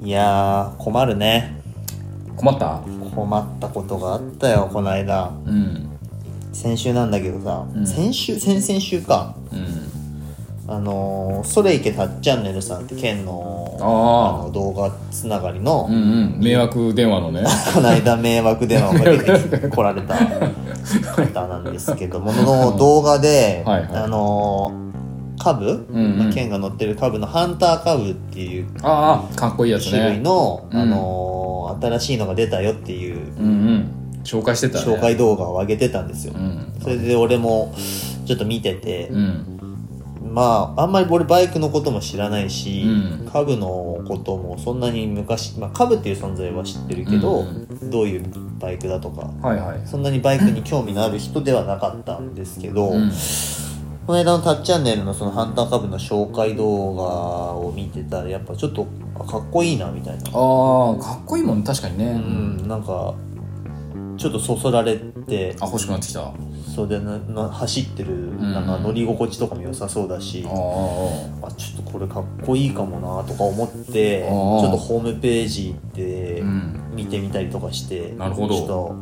いやー困るね困った困ったことがあったよこの間うん先週なんだけどさ、うん先週先々週かうんあのー、ソレイケタッチャンネルさんって県のあーの動画つながりの、うんうん迷惑電話のねこの間迷惑電話が出て き来られた方なんですけどものの動画で、はいはいあのーカブ、うんうん剣が乗ってるカブのハンターカブっていうああかっこいいやつ種類ねの、うんあのー新しいのが出たよっていううんうん紹介してたね紹介動画を上げてたんですよ、うんそれで俺もちょっと見ててう、んまああんまり俺バイクのことも知らないし、うんカブのこともそんなに昔、まあ、カブっていう存在は知ってるけど、うどういうバイクだとかはいはいそんなにバイクに興味のある人ではなかったんですけど、うんこの間の「タッチャンネル」のそのハンターカブの紹介動画を見てたらやっぱちょっとあかっこいいなみたいなああかっこいいもん確かにね、うんなんかちょっとそそられてあ欲しくなってきたあそれでなな走ってるんなんか乗り心地とかも良さそうだし、ああちょっとこれかっこいいかもなとか思ってちあーょっとホームページでうん見てみたりとかして、なるほどちょっと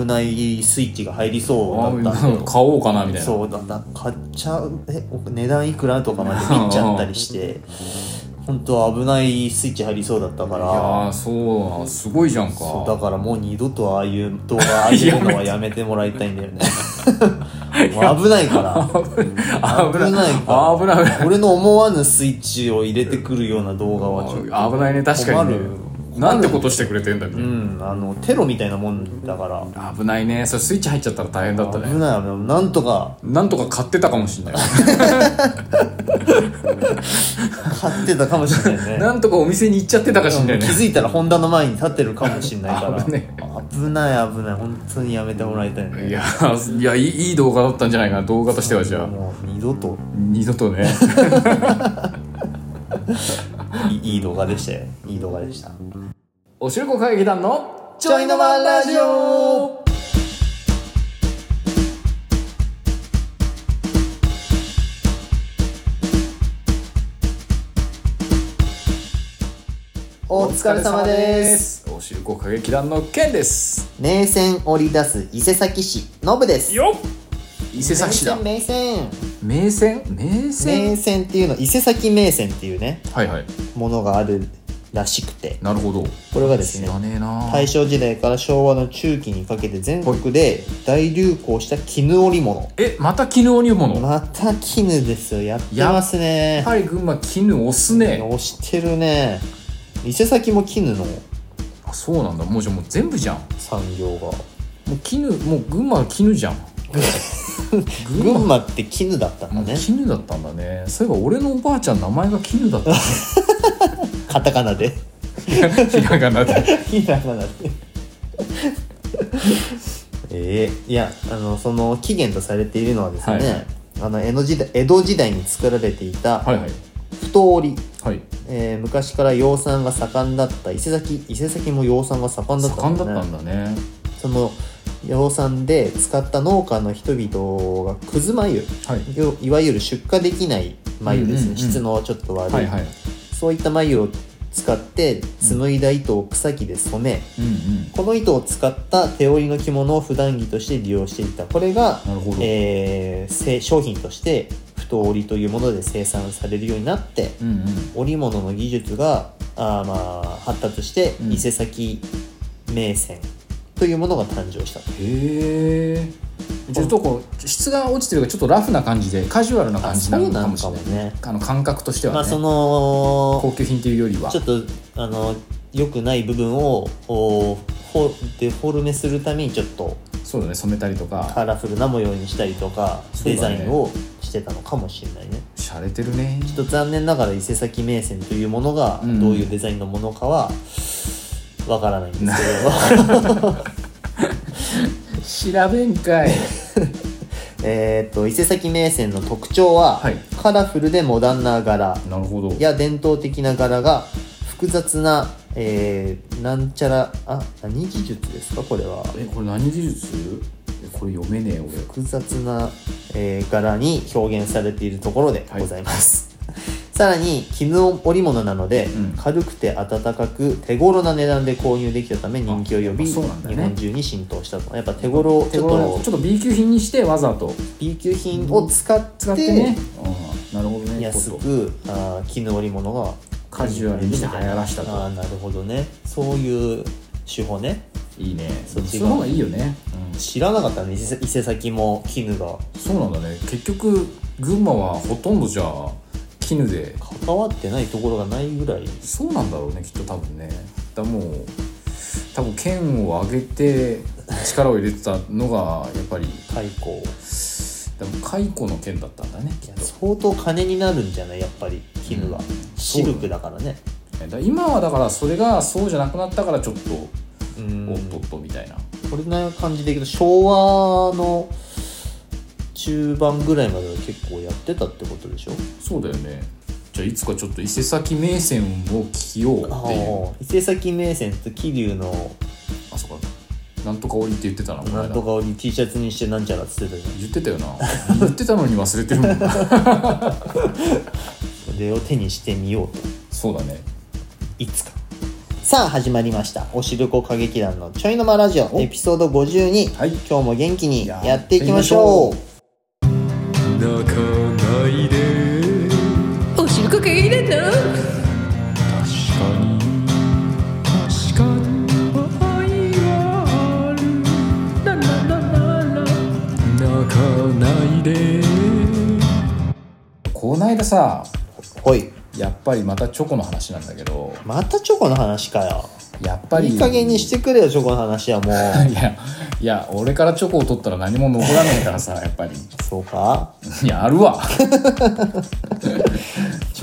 危ないスイッチが入りそうだったんであ買おうかなみたいなそうだだ買っちゃうえお値段いくらとかまで見ちゃったりして本当は危ないスイッチ入りそうだったかいやらーそうなすごいじゃんかそうだからもう二度とああいう動画上げるのはやめてもらいたいんだよねもう危 ないから危ない危ないあ危ない危ない俺の思わぬスイッチを入れてくるような動画はちょっと危ないね確かにね困るなんてことしてくれてんだみたういなんあのテロみたいなもんだから危ないねそれスイッチ入っちゃったら大変だった危ないね危ないなんとかなんとか買ってたかもしんない買ってたかもしれ ないねなんとかお店に行っちゃってたかしんないね気づいたらホンダの前に立ってるかもしれないから危ね危ない危ない本当にやめてもらいたいねいやいやいいいい動画だったんじゃないかな動画としてはじゃあもう二度と二度と ねい いいい動画でしたよいい動画でしたおしるこ歌劇団のちょいのまラジオお疲れ様ですおしるこ歌劇団のケンです名線織り出す伊勢崎市ノブですよっ伊勢崎市だ名線名船名船名線っていうの伊勢崎名線っていうねはいはいものがあるらしくてなるほどこれがです知ねらねえな大正時代から昭和の中期にかけて全国で大流行した絹織物えまた絹織物やっまた絹ですよやってますねぱり群馬絹押すね押してるね伊勢崎も絹のあそうなんだもうじゃあもう全部じゃん産業がもう絹もう群馬は 絹じゃん群群馬馬って絹だったんだね絹だったんだねそういえば俺のおばあちゃん名前が絹だっ たねカタカナでひらがなでひらがなで ええいやあのその起源とされているのはですね、はいはいあの江戸時代江戸時代に作られていたはいはい太織、はいえー昔から養蚕が盛んだった伊勢崎伊勢崎も養蚕が盛んだった盛んだねったんだねその養蚕で使った農家の人々がくず繭はいよいわゆる出荷できない繭ですね、うんうんうん質のちょっと悪い、はいはいそういった繭を使って紡いだ糸を草木で染め、うんうんこの糸を使った手織りの着物を普段着として利用していたこれがなるほど、えーせ商品として太織というもので生産されるようになってうんうん織物の技術があーまあ発達してうん伊勢崎銘仙というものが誕生したと、へえちょっとこう質が落ちてるからちょっとラフな感じでカジュアルなあ感じそなうのなかのもしかれもないねあの感覚としてはね、まあその高級品というよりはちょっとあの良くない部分をおフォデフォルメするためにちょっとそうだね染めたりとかカラフルな模様にしたりとか、そうデだザねインをしてたのかもしれないね洒落てるねちょっと残念ながら伊勢崎銘仙というものがうんどういうデザインのものかはわからないんですけれど調べ んかい えーと伊勢崎銘仙の特徴は、はいカラフルでモダンな柄なるほどや伝統的な柄が複雑な、えーなんちゃらあ何技術ですかこれはえこれ何技術えこれ読めねえ俺複雑な、えー柄に表現されているところでございます、 さらに絹織物なので、ん軽くて暖かく手頃な値段で購入できたため人気を呼び、あ日そうなんだね本中に浸透したとやっぱ手頃ち手ょっ頃とちょっと B 級品にしてわざと B 級品を使って使ってねなるほどね安こういうこくあー絹織物がとカジュアルにして流行らしたああとーなるほどねそういう手法ねいいねそそっっちちがの方がいいよね、知らなかったね伊勢伊勢崎も絹がそうなんだね結局群馬はほとんどじゃあ絹で関わってないところがないぐらいそうなんだろうねきっと多分ねだからもう多分県を挙げて力を入れてたのがやっぱり太鼓多分蚕の県だったんだねきっと相当金になるんじゃないやっぱり絹は、うんシルクだからねだから今はだからそれがそうじゃなくなったからちょっとうんおっとっとみたいな、これな感じでいくと昭和の中盤ぐらいまでは結構やってたってことでしょそうだよねじゃあいつかちょっと伊勢崎銘仙を着ようっていうああ伊勢崎銘仙と桐生のあそこなんとか折りって言ってたなこのなんと間かに T シャツにしてなんちゃらっつってたじ言ってたよな言ってたのに忘れてるもんな ゃんそれを手にしてみようとそうだねいつかさあ始まりました「おしるこ歌劇団のちょいの間ラジオ」おエピソード52、はい今日も元気にやっていきましょう泣かないでおしるこかけれた確かに愛はあるラララララ泣かないでこないださほいやっぱりまたチョコの話なんだけどまたチョコの話かよやっぱりいい加減にしてくれよチョコの話はもういやいや俺からチョコを取ったら何も残らないからさ やっぱりそうかいやある わ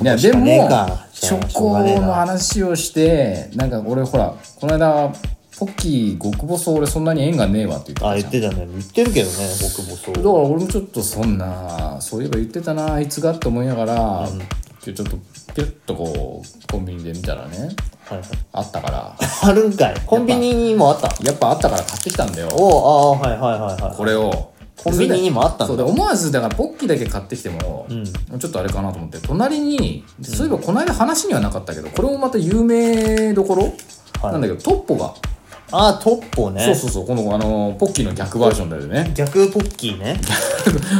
いやしでかもねえかチョコの話をしてなんか俺ほらこの間ポッキー極細俺そんなに縁がねえわって言ってあたじ言ゃっんてたね言ってるけどね僕もそうだから俺もちょっとそんなそういえば言ってたなあいつがって思いながら、今日ちょっとピュッとこうコンビニで見たらねはいはいあったからあるんかいコンビニにもあったやっぱあったから買ってきたんだよおうああはいはいはいはいこれをコンビニにもあったんだそうで思わずだからポッキーだけ買ってきても、ちょっとあれかなと思って隣にそういえばこの間話にはなかったけどこれもまた有名どころ、はいなんだけどトッポが、ああトッポねそうそうそうこのあのポッキーの逆バージョンだよね逆ポッキーね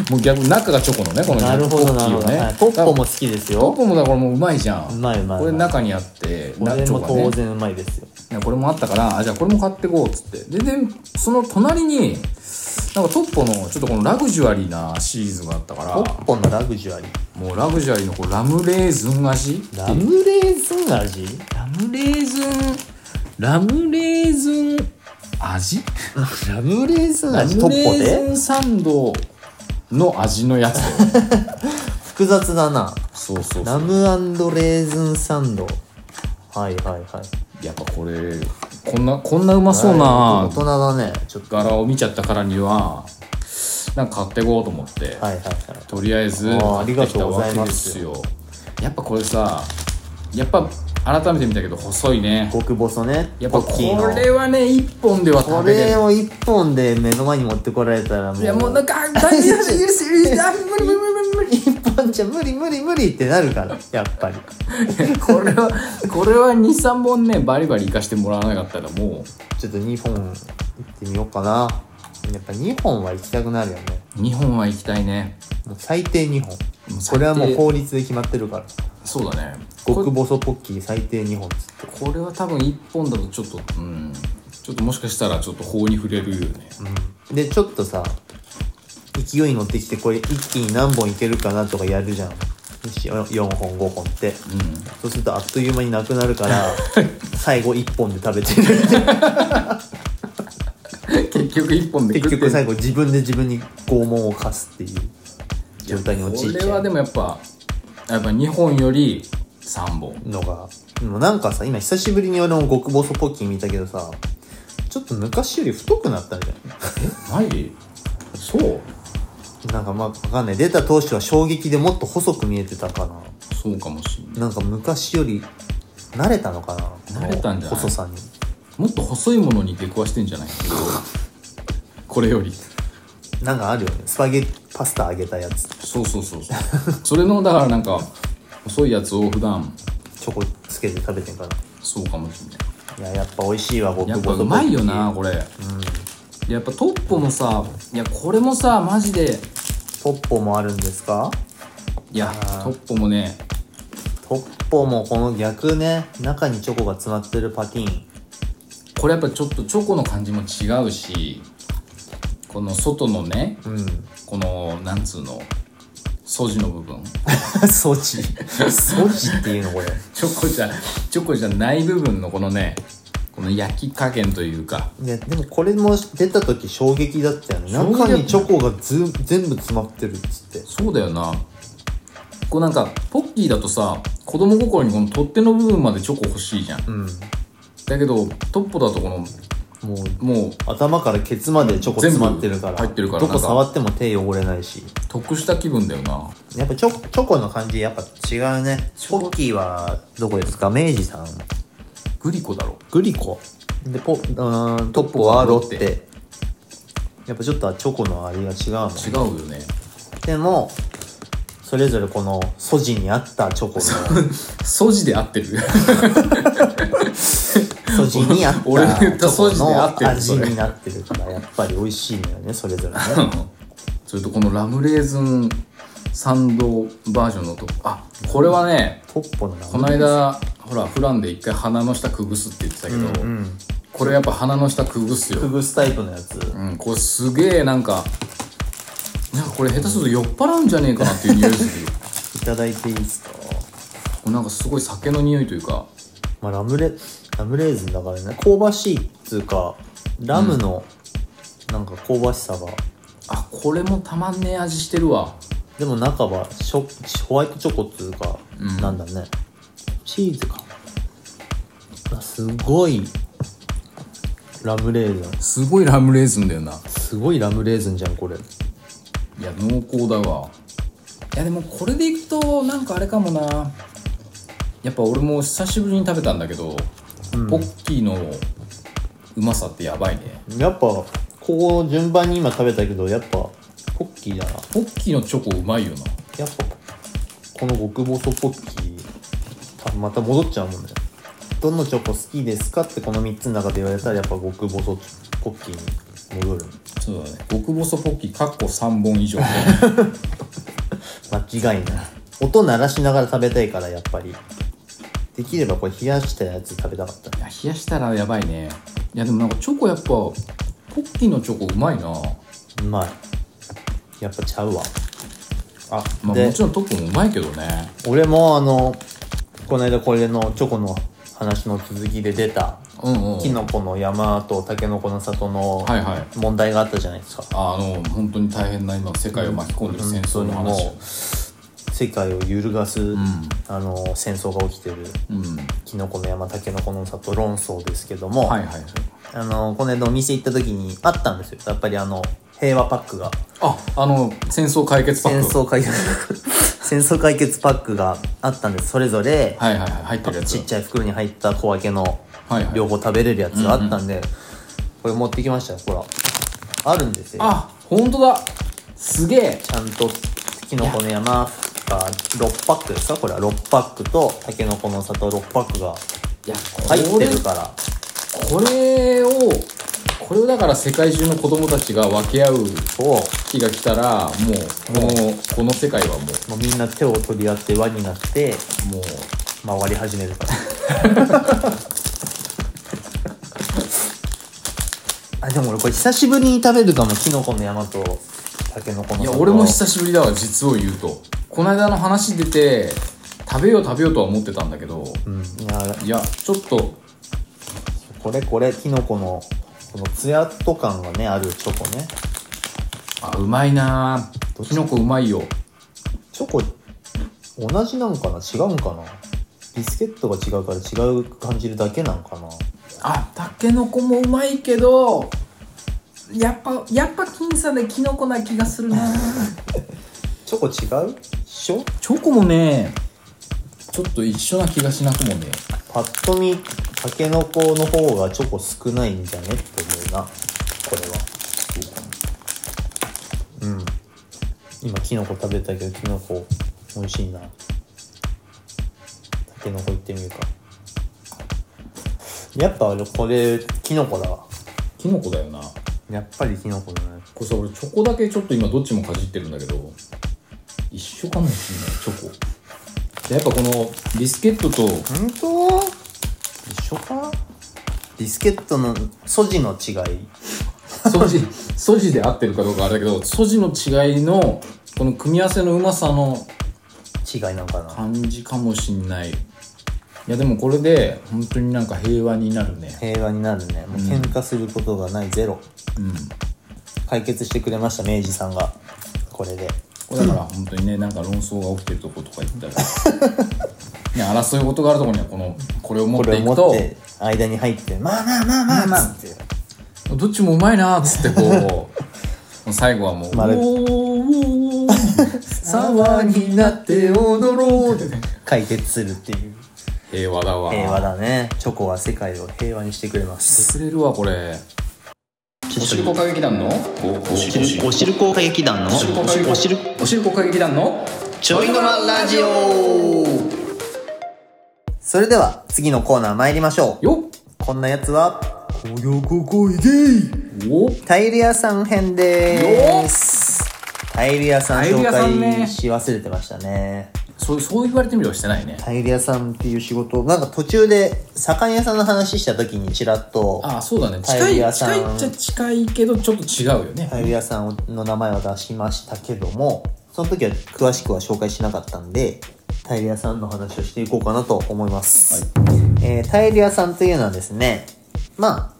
もう逆中がチョコのねこのなる逆ポほッキどなるーほをど、ね、はい、トッポも好きですトッよポもだからもううまいじゃんうまいうまいうまいこれ中にあってこれチョもコ当がね然うまいですよいやこれもあったからあじゃあこれも買ってこうっつってででその隣になんかトッポのちょっとこのラグジュアリーなシリーズがあったからトッポのラグジュアリーもうラグジュアリーのこうラムレーズン味っていうラムレーズン味ラムレーズンラムレーズン味ラムレーズンラ味ムトッポレーズでンサンドの味のやつ複雑だなそうそうそラうムレーズンサンドはいはいはいやっぱこれこんなこんなうまそうはいな大人だねちょっと柄を見ちゃったからにはなんか買ってこうと思って、はいはいはいとりあえずあー買ってきたわけですよやっぱこれさやっぱ改めて見たけど細いね極細ねやっぱポこッキーのれはね一本ではこ食べれれないを一本で目の前に持ってこられたらもういやもうなんかあ大丈夫許 せ許 せあ無理無理無理無理一本じゃ無理無理無理ってなるからやっぱり これはこれは23本ねバリバリ生かしてもらわなかったらもちょっと2本行ってみようかなやっぱ2本は行きたくなるよねう2本は行きたいねもう最低2本もう最低これはもう法律で決まってるからそうだね極こ細ポッキー最低2本っつってこれは多分1本だとちょっとうんちょっともしかしたらちょっと法に触れるよね、でちょっとさ勢いに乗ってきてこれ一気に何本いけるかなとかやるじゃん4本5本って、そうするとあっという間になくなるから 最後1本で 食べてる 結局1本で結食って局最後自分で自分に拷問を課すっていう状態に陥っこちれゃはうでもやっぱやっぱ2本より3本のがでもなんかさ今久しぶりに俺も極細ポッキー見たけどさちょっと昔より太くなったんじゃないないそうなんかまあわかんない出た当初は衝撃でもっと細く見えてたかなそうかもしれないなんか昔より慣れたのかな慣れたんじゃない細さにもっと細いものに出くわしてんじゃないこれよりなんかあるよねスパゲッパスタ揚げたやつそうそうそうそうそれのだからなんか細いやつを普段チョコつけて食べてんかそうかもしれならいいややっぱ美味しいわ極やっぱ細うまいよなこれ、やっぱトッポもさいやこれもさマジでトッポもあるんですかいやあートッポもねトッポもこの逆ね中にチョコが詰まってるパティーンこれやっぱちょっとチョコの感じも違うしこの外のねうん このなんつうの素地の部分ソチソチっていうのこれ チョコじゃチョコじゃない部分のこのねこの焼き加減というかいやでもこれも出た時衝撃だったよね衝撃だ中ったにチョコがず全部詰まってるっつってそうだよなこうなんかポッキーだとさ子供心にこの取っ手の部分までチョコ欲しいじゃんうんだけどトッポだとこのもうもう頭からケツまでチョコ詰まってるから全部入ってるからどこなんか触っても手汚れないし得した気分だよなやっぱチョコチョコの感じやっぱ違うねポッキーはどこですか明治さんグリコだろグリコでポうーんトッポはロッテやっぱちょっとチョコのありが違うもん違うよねでもそれぞれこの素地に合ったチョコの素地で合ってる 素地に合った俺の言ったチョコ素地で合ってのる味それになってるからやっぱり美味しいのよねそれぞれねそれとこのラムレーズンサンドバージョンのとあこれはねトッポの名前この間ほらフランで一回鼻の下くぐすって言ってたけど、うんこれやっぱ鼻の下くぐすよくぐすタイプのやつうん、これすげえなんかなんかこれ下手すると酔っ払うんじゃねえかなっていう匂いするよいただいていいですかこれ なんかすごい酒の匂いというかまあ、ラムレラムレーズンだからね香ばしいっつうかラムのなんか香ばしさが、あこれもたまんねえ味してるわでも中はショホワイトチョコっつうか、うんなんだねチーズかあすごいラムレーズンすごいラムレーズンだよなすごいラムレーズンじゃんこれいや濃厚だわいやでもこれでいくとなんかあれかもなやっぱ俺も久しぶりに食べたんだけど、ポッキーのうまさってやばいねやっぱここ順番に今食べたけどやっぱポッキーだなポッキーのチョコうまいよなやっぱこの極細ポッキー多分また戻っちゃうもんねどのチョコ好きですかってこの3つの中で言われたらやっぱ極細ポッキーに戻るそうだね極細ポッキーかっこ3本以上間違いない音鳴らしながら食べたいからやっぱりできればこれ冷やしたやつ食べたかったいや冷やしたらやばいねいやでもなんかチョコやっぱポッキーのチョコうまいな、うまいやっぱちゃうわあ、まあ、でもちろんトップもうまいけどね俺もあのこの間これのチョコの話の続きで出たうんうんキノコの山とタケノコの里のはいはい問題があったじゃないですか、あの本当に大変な今世界を巻き込んでる戦争の話もう世界を揺るがす、んあの戦争が起きてるうんキノコの山タケノコの里論争ですけども、はいはいはいあのこの間お店行った時にあったんですよやっぱりあの平和パックがああの戦争解決パ戦ック争解決 戦争解決パックがあったんですそれぞれ、はいはいはい入ってるやつちっちゃい袋に入った小分けのはいはい両方食べれるやつがあったんで、これ持ってきましたよほらあるんですよあ本当だすげえちゃんとキノコの山が6パックですかこれは6パックとタケノコの里6パックがいや入こってれるからこれをこれをだから世界中の子供たちが分け合うそう日が来たらもうこのこの世界はももうみんな手を取り合って輪になってうもう回り始めるから あでも俺これ久しぶりに食べるかもキノコの山とタケノコのい里や俺も久しぶりだわ実を言うとこの間の話出て食べよう食べようとは思ってたんだけどうんいやいやちょっとこれこれキノコのこのツヤっと感がねあるチョコねあうまいなどっちきのこうまいよチョコ同じなんかな違うんかなビスケットが違うから違う感じるだけなんかなあたけのこもうまいけどやっぱやっぱ僅差できのこな気がするなチョコ違う一緒チョコもねちょっと一緒な気がしなくもねパッと見タケノコの方がチョコ少ないんじゃねって思うなこれはそうかもうん今キノコ食べたけどキノコ美味しいな手の方行ってみるかやっぱ俺これキノコだわキノコだよなやっぱりキノコだねこれさ俺チョコだけちょっと今どっちもかじってるんだけど一緒かもしんないチョコでやっぱこのビスケットと本当一緒かビスケットの素地の違い素地素地で合ってるかどうかあれだけど素地の違いのこの組み合わせのうまさの違いなのかな感じかもしんないいやでもこれで本当になんか平和になるね平和になるねもう喧嘩することがないゼロ、うん解決してくれました明治さんがこれでこれだから本当にねなんか論争が起きてるとことか行ったらね争い事があるとこにはこのこれを持こっれてをい持くっとて間に入ってまあまあまあまあまあってどっちもうまいなーっつってこうもう最後はもう「まるおーおー騒ぎになって踊ろう」解決するっていう平和だわ平和だねチョコは世界を平和にしてくれましてすくれるわこれおしるこ歌劇団のおしるおしるこ歌劇団のおしるおしるこ歌劇団のちょいのまラジオそれでは次のコーナー参りましょうよっこんなやつは工業高校イゲイおタイル屋さん編ですタイル屋さんタイル紹屋さんね介し忘れてましたねそうそう言われてみればしてないねタイル屋さんっていう仕事なんか途中で魚屋さんの話した時にちらっとああそうだねタ近イいル屋さん近いっちゃ近いけどちょっと違うよねタイル屋さんの名前は出しましたけどもその時は詳しくは紹介しなかったんでタイル屋さんの話をしていこうかなと思います、えータイル屋さんというのはですねまあ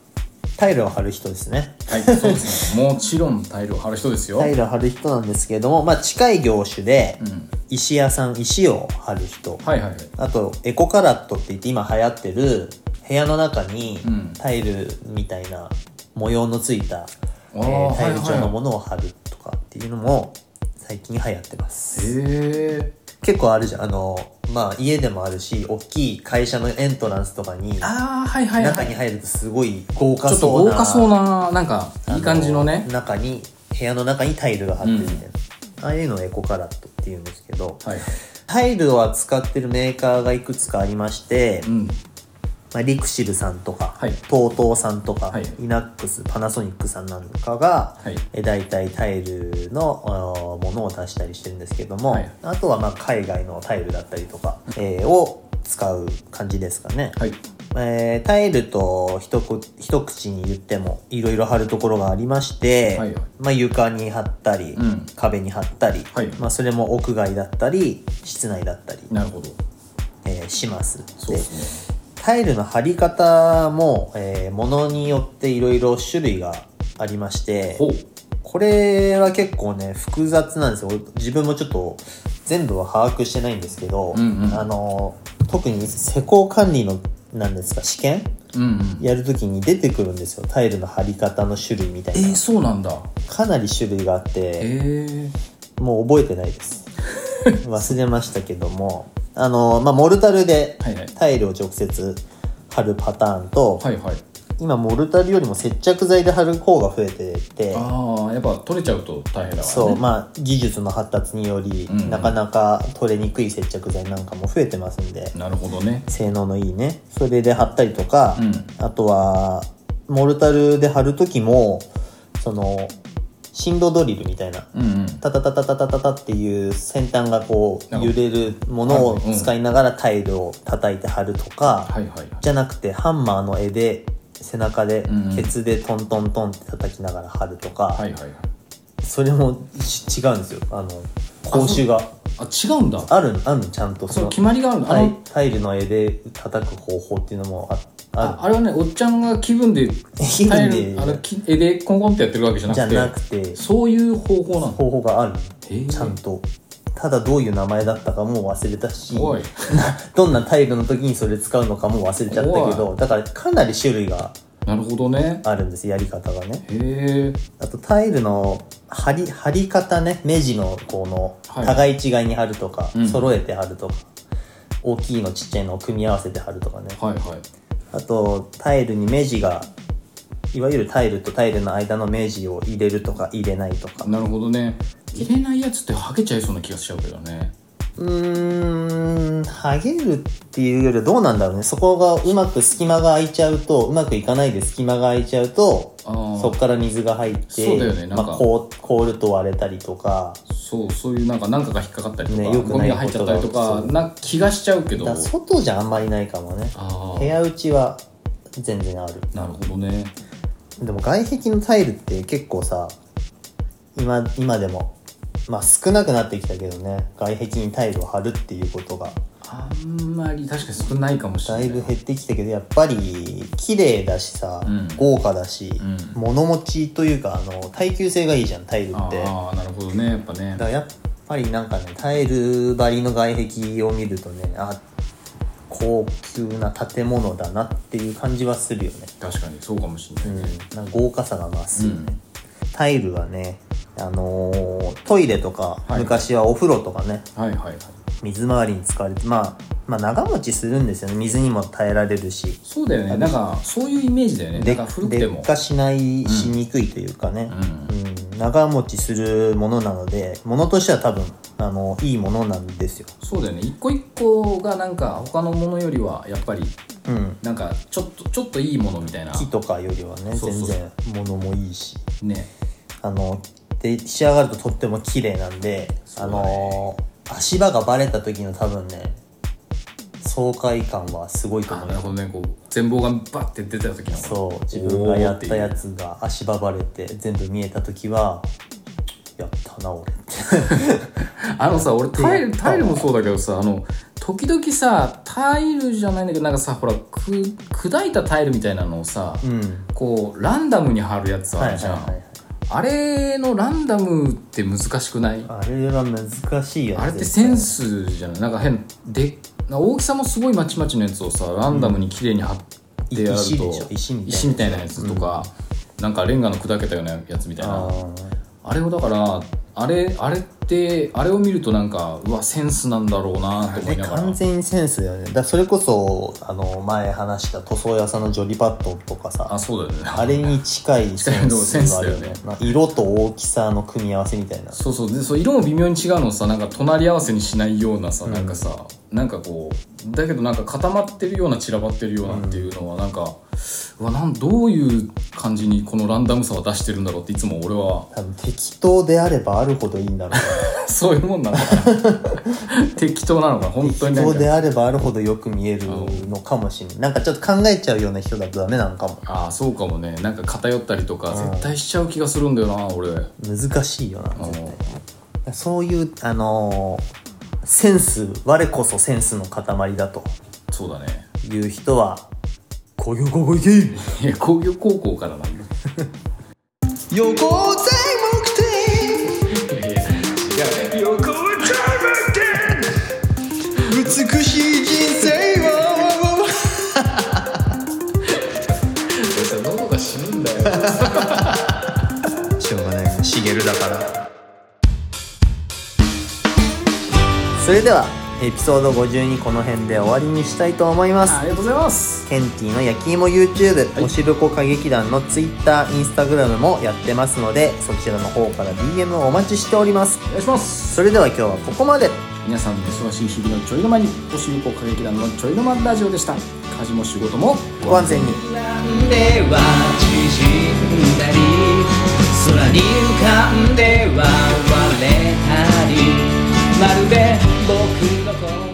タイルを張る人ですねはいそうですねもちろんタイルを貼る人ですよタイルを張る人なんですけども、まあ、近い業種でうん石屋さん石を張る人、はいはいはいあとエコカラットって言って今流行ってる部屋の中にうんタイルみたいな模様のついた、あーえータイルはいは状いのものを貼るとかっていうのも最近流行ってますへえ結構あるじゃんあのまあ家でもあるし大きい会社のエントランスとかにああはいはいは中いに入るとすごい豪華ちょっとそう豪な華そうななんかいい感じのあね中に部屋の中にタイルが張ってるみたいな、ああいうのをエコカラットっていうんですけど、はいタイルを扱ってるメーカーがいくつかありまして、うんまあ、リクシルさんとか、はい TOTO さんとか、はいイナックスパナソニックさんなんかが、はいえ大体タイルのあーものを出したりしてるんですけども、はいあとはまあ海外のタイルだったりとか、えーを使う感じですかね、はいえータイルと一こ一口に言ってもいろいろ貼るところがありまして、はいはいまあ、床に貼ったり、うん壁に貼ったり、はいまあ、それも屋外だったり室内だったり、なるほどえーしますそうですねタイルの貼り方も、えー、ものによっていろいろ種類がありましてほうこれは結構ね複雑なんですよ自分もちょっと全部は把握してないんですけど、うんうんあの特に施工管理のなんですか試験うんうんやるときに出てくるんですよタイルの貼り方の種類みたえいー、なそうなんだかなり種類があってえもう覚えてないです 忘れましたけどもあの、まあ、モルタルではいはいタイルを直接貼るパターンと、ー、はいはい今モルタルよりも接着剤で貼る方が増えててああやっぱ取れちゃうと大変だからねそうまあ技術の発達により、うんうんなかなか取れにくい接着剤なんかも増えてますんでなるほどね性能のいいねそれで貼ったりとか、うんあとはモルタルで貼る時もその振動ドリルみたいなうんうんタタタタタタタタっていう先端がこうなんか揺れるものをはいうん使いながらタイルを叩いて貼るとか、はいはいはいじゃなくてハンマーの柄で背中でんうんケツでトントントンって叩きながら貼るとか、はいはいはいそれもし違うんですよあの講習があ違うんだあるあるのちゃんとそそのの決まりがあるのあタイのタイルの柄で叩く方法っていうのもああああれはねおっちゃんが気分で気タ分でイルあのき絵でコンコンってやってるわけじるゃなじゃくてなくてそういう方法なの方法があるへーちゃんとただどういう名前だったかも忘れたしおい どんなタイルの時にそれ使うのかも忘れちゃったけどだからかなり種類がなるほどねあるんですやり方がねへえあとタイルの貼り貼り方ね目地のこのはい互い違いに貼るとか、うん揃えて貼るとか大きいのちっちゃいのを組み合わせて貼るとかねはいはいあとタイルに目地がいわゆるタイルとタイルの間の目地を入れるとか入れないとかなるほどね入れないやつってはけちゃいそうな気がしちゃうけどねうーん、ハゲるっていうよりはどうなんだろうね。そこがうまく隙間が空いちゃうと、うまくいかないで隙間が空いちゃうと、あーそこから水が入って、そうだよねなんかまあ、凍凍ると割れたりとか、そうそういうなんか何かが引っかかったりとか、ねよくゴなミいが入っちゃったりとことがかそうな気がしちゃうけどだから外じゃあんまりないかもね。あ部ー屋内は全然ある。なるほどねでも外壁のタイルって結構さ、今、今でも、まあ少なくなってきたけどね、外壁にタイルを貼るっていうことが、あんまり確かに少ないかもしれだないいぶ減ってきたけど、やっぱり綺麗だしさ、うん豪華だし、うん物持ちというか、あの、耐久性がいいじゃん、タイルって。だかああなるほどねやっぱねらやっぱりなんかね、タイル張りの外壁を見るとね、あ、高級な建物だなっていう感じはするよね。確かにそうかもしれうないんね、、なんか豪華さが増すよね、うんタイルはね、あのートイレとか、はい昔はお風呂とかねはいはいはい水回りに使われて、まあ、まあ長持ちするんですよね水にも耐えられるしそうだよねなんかそういうイメージだよねなでんか古くても劣化しないしにくいというかね、ううん長持ちするものなのでものとしては多分あのいいものなんですよ、そうだよね一個一個がなんか他のものよりはやっぱりうん、なんかちょっとちょっといいものみたいな木とかよりはねそうそ全う然物もいいしねあので仕上がるととっても綺麗なんで、そあうだねの足場がバレた時の多分ね爽快感はすごいとあ思なるうほどねこう全貌がバッて出てた時のそう自分おがーやっってたいうやつが足場バレて全部見えた時はやったな俺ってあのさ俺タイルタイルもそうだけどさあの時々さタイルじゃないんだけどなんかさほらく砕いたタイルみたいなのをさ、うんこうランダムに貼るやつはあいるはいじゃん、はいはいあれのランダムって難しくないあれは難しいよねあれって絶対センスじゃないなんか変で大きさもすごいまちまちのやつをさランダムに綺麗に貼ってやると、石でしょ石みたいな石みたいなやつとか、なんかレンガの砕けたようなやつみたいなあーあれをだからあれあれってあれを見るとなんかうわセンスなんだろうなあって思れいながら完全にセンスだよねだからそれこそあの前話した塗装屋さんのジョリパッドとかさあそうだよねあれに近いセンスがあるよね近いのセンスだよね。なんか色と大きさの組み合わせみたいな。そうそうでそう色も微妙に違うのをさなんか隣り合わせにしないようなさ、なんかさなんかこうだけどなんか固まってるような散らばってるようなっていうのはなんか、うわなんどういう感じにこのランダムさは出してるんだろうっていつも俺は 多分適当であればあるほどいいんだろうな。そういうもんなのかな 適当なのかな本当適になん当でかあればあるほどよく見えるのかもしれない。なんかちょっと考えちゃうような人だとダメなのかも。ああそうかもねなんか偏ったりとか絶対しちゃう気がするんだよな俺あ難しいよな、の絶対。そういう、あのーセンス、我こそセンスの塊だとそうだねいう人は、工業高校行けいや工業高校からなんだ横全 美しい人生を喉が死ぬんだよしょうがないしげるだからそれではエピソード52この辺で終わりにしたいと思いますありがとうございますケンティの焼き芋 YouTube、はいおしるこ歌劇団の Twitter、Instagram もやってますのでそちらの方から DM をお待ちしておりますお願いしますそれでは今日はここまで皆さんの忙しい日々のちょいの間におしるこ歌劇団のちょいの間ラジオでした家事も仕事もご安全にんでは縮んだり空に浮かんでは割れたりまるで僕の声